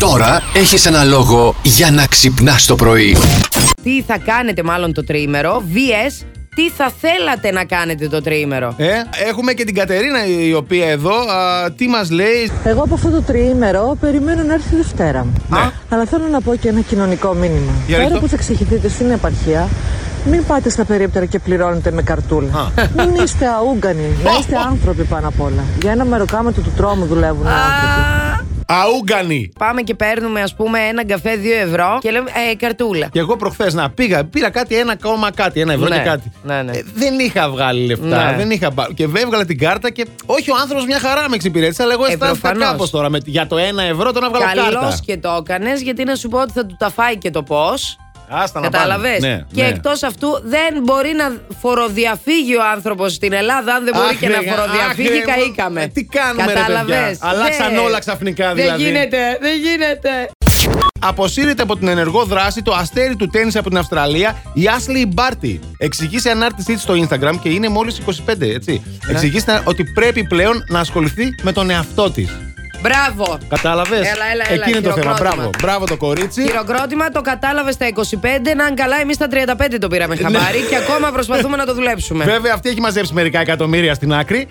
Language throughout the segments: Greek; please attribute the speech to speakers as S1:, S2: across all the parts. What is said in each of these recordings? S1: Τώρα έχεις ένα λόγο για να ξυπνάς το πρωί.
S2: Τι θα κάνετε μάλλον το τρίμερο, VS, τι θα θέλατε να κάνετε το τρίμερο.
S3: Ε, έχουμε και την Κατερίνα η οποία εδώ. Α, τι μας λέει.
S4: Εγώ από αυτό το τριήμερο περιμένω να έρθει η Δευτέρα.
S3: Ναι.
S4: Αλλά θέλω να πω και ένα κοινωνικό μήνυμα.
S3: Για ρίχτω.
S4: Τώρα που θα ξεχυθείτε στην επαρχία, μην πάτε στα περίπτερα και πληρώνετε με καρτούλα. μην είστε αούγκανοι, να είστε άνθρωποι πάνω απ' όλα. Για ένα μεροκάματο του τρόμου δουλεύουν οι άνθρωποι.
S3: Αούγκανη.
S2: Πάμε και παίρνουμε, ας πούμε, έναν καφέ 2 ευρώ και λέμε ε, καρτούλα.
S3: Και εγώ προχθές να πήγα, πήρα κάτι, ένα κόμμα κάτι, ένα ευρώ
S2: Ναι,
S3: και κάτι.
S2: ναι, ναι.
S3: Ε, δεν είχα βγάλει λεφτά.
S2: Ναι.
S3: Δεν είχα... πά- Και έβγαλα την κάρτα και. Όχι, ο άνθρωπος μια χαρά με εξυπηρέτησε, αλλά εγώ
S2: Ε,
S3: αισθάνθηκα
S2: προφανώς.
S3: κάπως τώρα. Με... Για το ένα ευρώ τον έβγαλα
S2: Καλώς
S3: κάρτα.
S2: και το έκανες, γιατί να σου πω ότι θα του τα φάει και το πώς.
S3: Άστα να πάνε.
S2: Κατάλαβε.
S3: Ναι,
S2: και
S3: ναι.
S2: εκτός αυτού δεν μπορεί να φοροδιαφύγει ο άνθρωπος στην Ελλάδα. Αν δεν μπορεί
S3: Αχ,
S2: και
S3: ρε,
S2: να φοροδιαφύγει,
S3: αχ, ρε,
S2: καήκαμε.
S3: τι κάνουμε, ρε,
S2: Κατάλαβες.
S3: παιδιά. Αλλάξαν
S2: Δεν-
S3: όλα ξαφνικά, δηλαδή.
S2: Δεν γίνεται, δεν γίνεται.
S3: Αποσύρεται από την ενεργό δράση το αστέρι του τέννη από την Αυστραλία η Ashley Barty. Εξηγεί σε ανάρτησή της στο Instagram και είναι μόλις 25, έτσι.
S2: Ναι.
S3: Εξηγεί στην- ότι πρέπει πλέον να ασχοληθεί με τον εαυτό της.
S2: Μπράβο.
S3: Κατάλαβες.
S2: Έλα, έλα, έλα,
S3: Εκεί είναι το θέμα.
S2: χειροκρότημα.
S3: Μπράβο. Μπράβο το κορίτσι.
S2: Χειροκρότημα, το κατάλαβες στα 25. Να αν καλά, εμείς στα 35 το πήραμε χαμπάρι και ακόμα προσπαθούμε να το δουλέψουμε.
S3: Ναι. Βέβαια, αυτή έχει μαζέψει μερικά εκατομμύρια στην άκρη.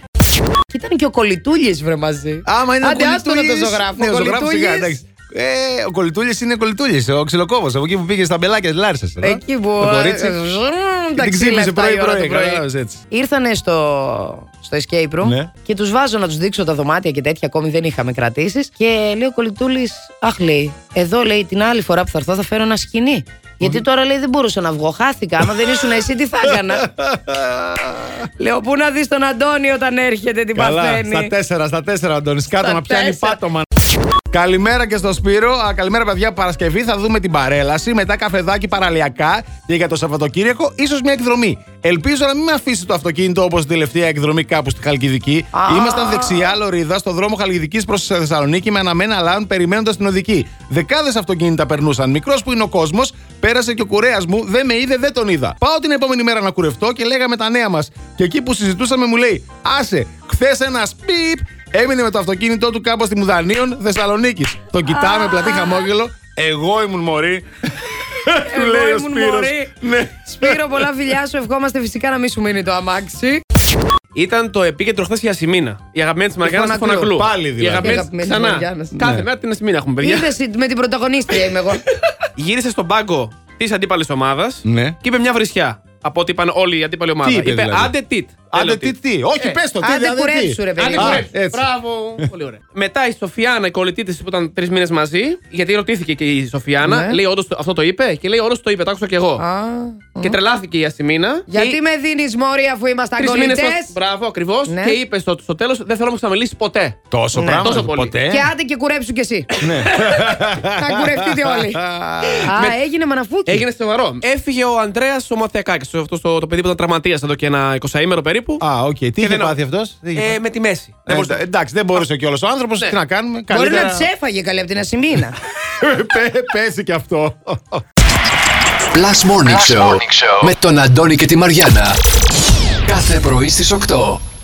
S2: Και ήταν και ο Κολυτούλη, βρε μαζί.
S3: Άμα είναι
S2: Άντε,
S3: ο
S2: άστο να το
S3: Κολυτούλης-
S2: ζωγράφω.
S3: Ναι,
S2: Ο
S3: ο ζωγράφος, σιγά,
S2: Κολυτούλης-
S3: εντάξει. Ε, ο Κολυτούλη είναι Κολυτούλη, ο ξυλοκόβος. Από εκεί που πήγε στα μπελάκια της Λάρισα.
S2: Εκεί που.
S3: Το κορίτσι.
S2: ε, ζουν,
S3: Και
S2: τα ξύλα
S3: την ξύπνησε
S2: αυτά η ώρα
S3: πρωί-πρωί.
S2: το πρωί.
S3: Κατάλαβες έτσι.
S2: Ήρθανε στο, στο escape room
S3: Ναι.
S2: και τους βάζω να τους δείξω τα δωμάτια και τέτοια. Ακόμη δεν είχαμε κρατήσεις. Και λέει ο Κολυτούλη, Αχ, λέει, εδώ λέει την άλλη φορά που θα έρθω θα φέρω ένα σκηνή. Γιατί τώρα λέει δεν μπορούσα να βγω. Χάθηκα. Άμα δεν ήσουν εσύ, τι θα έκανα. Λέω, Πού να δεις τον Αντώνη όταν έρχεται, την
S3: Καλά,
S2: παθαίνει.
S3: στα τέσσερα, στα τέσσερα, Αντώνης. Κάτω
S2: Στα
S3: να πιάνει
S2: τέσσερα.
S3: πάτωμα. Καλημέρα και στο Σπύρο. Α, καλημέρα, παιδιά. Παρασκευή θα δούμε την παρέλαση. Μετά καφεδάκι παραλιακά. Και για το Σαββατοκύριακο, ίσως μια εκδρομή. Ελπίζω να μην με αφήσει το αυτοκίνητο όπως την τελευταία εκδρομή κάπου στη Χαλκιδική. Ήμασταν δεξιά λωρίδα στο δρόμο Χαλκιδικής προς Θεσσαλονίκη με αναμένα λάν περιμένοντας την οδική. Δεκάδες αυτοκίνητα περνούσαν. Μικρός που είναι ο κόσμος, πέρασε και ο κουρέας μου, δεν με είδε, δεν τον είδα. Πάω την επόμενη μέρα να κουρευτώ και λέγαμε τα νέα μας. Και εκεί που συζητούσαμε μου λέει, Άσε, χθες ένας πιπ Έμεινε με το αυτοκίνητό του κάπου στη Μουδανίων Θεσσαλονίκης. Τον κοιτάμε, πλατή χαμόγελο. Εγώ ήμουν μωρή. Του
S2: Εγώ
S3: λέει ο
S2: ήμουν
S3: Σπύρος.
S2: μωρή.
S3: Ναι.
S2: Σπύρο, πολλά φιλιά σου. Ευχόμαστε φυσικά να μην σου μείνει το αμάξι.
S5: Ήταν το επίκεντρο χθες η Ασημίνα. Η αγαπημένη της Μαριάννας στη
S2: Φωνακλού.
S5: Φωνακλού.
S3: Πάλι δηλαδή.
S5: Η
S2: Η
S5: αγαπημένη
S2: αγαπημένη
S5: της
S2: της
S5: ξανά.
S2: Μαριάννας.
S3: Ναι.
S5: Κάθε μέρα την Ασημίνα έχουμε παιδιά.
S2: Είδες με την πρωταγωνίστρια είμαι εγώ.
S5: Γύρισε στον πάγκο της αντίπαλης ομάδας
S3: Ναι.
S5: και είπε μια βρισιά. Από ό,τι είπαν όλοι η αντίπαλη ομάδα.
S3: Τι είπε δηλαδή?
S5: άντε τίτ. Θέλω
S3: Άντε τι, τι. Όχι,
S5: Ε,
S3: πες το, τι
S2: άντε
S3: δηλαδή. τι.
S2: κουρέψου, ρε, παιδί
S3: Α,
S2: μου.
S3: έτσι.
S5: Μπράβο. Πολύ ωραία. Μετά η Σοφιάνα, η κολλητή τη που ήταν τρεις μήνες μαζί, γιατί ρωτήθηκε και η Σοφιάνα,
S2: Ναι.
S5: λέει όντως αυτό το είπε και λέει όντως το είπε, το άκουσα και εγώ.
S2: Α,
S5: Και τρελάθηκε η Ασημίνα.
S2: Γιατί με δίνεις μόρια αφού είμαστε
S5: Τρεις μήνες.
S2: αγωνιστέ.
S5: Μπράβο, ακριβώς.
S2: Ναι.
S5: Και είπε στο, στο τέλος: Δεν θέλω να μου ξαναμιλήσει ποτέ.
S3: Τόσο
S5: Ναι,
S3: πράγμα.
S5: τόσο πολύ.
S3: Ποτέ.
S2: Και άντε και κουρέψου κι εσύ. Θα κουρευτείτε όλοι. Α, έγινε μαναφούκι.
S5: Έγινε σοβαρό. Έφυγε ο Αντρέα ο Μαθιακάκη, αυτό το, το παιδί που ήταν τραυματίας εδώ και ένα 20ήμερο περίπου.
S3: Α, ναι, οκ. Τι είχε
S5: δεν-
S3: πάθει αυτό.
S5: Ε, με τη μέση. Δεν ναι. μπορούσε.
S3: Εντάξει, δεν μπορούσε κιόλας ο άνθρωπος. Τι να κάνουμε.
S2: Μπορεί να
S3: καλύτερα-
S2: τις έφαγε καλή από την Ασημίνα.
S3: Πέ- Πέσει κι αυτό.
S1: Plus Morning, Show, με τον Αντώνη και τη Μαριάνα. Κάθε πρωί στις 8.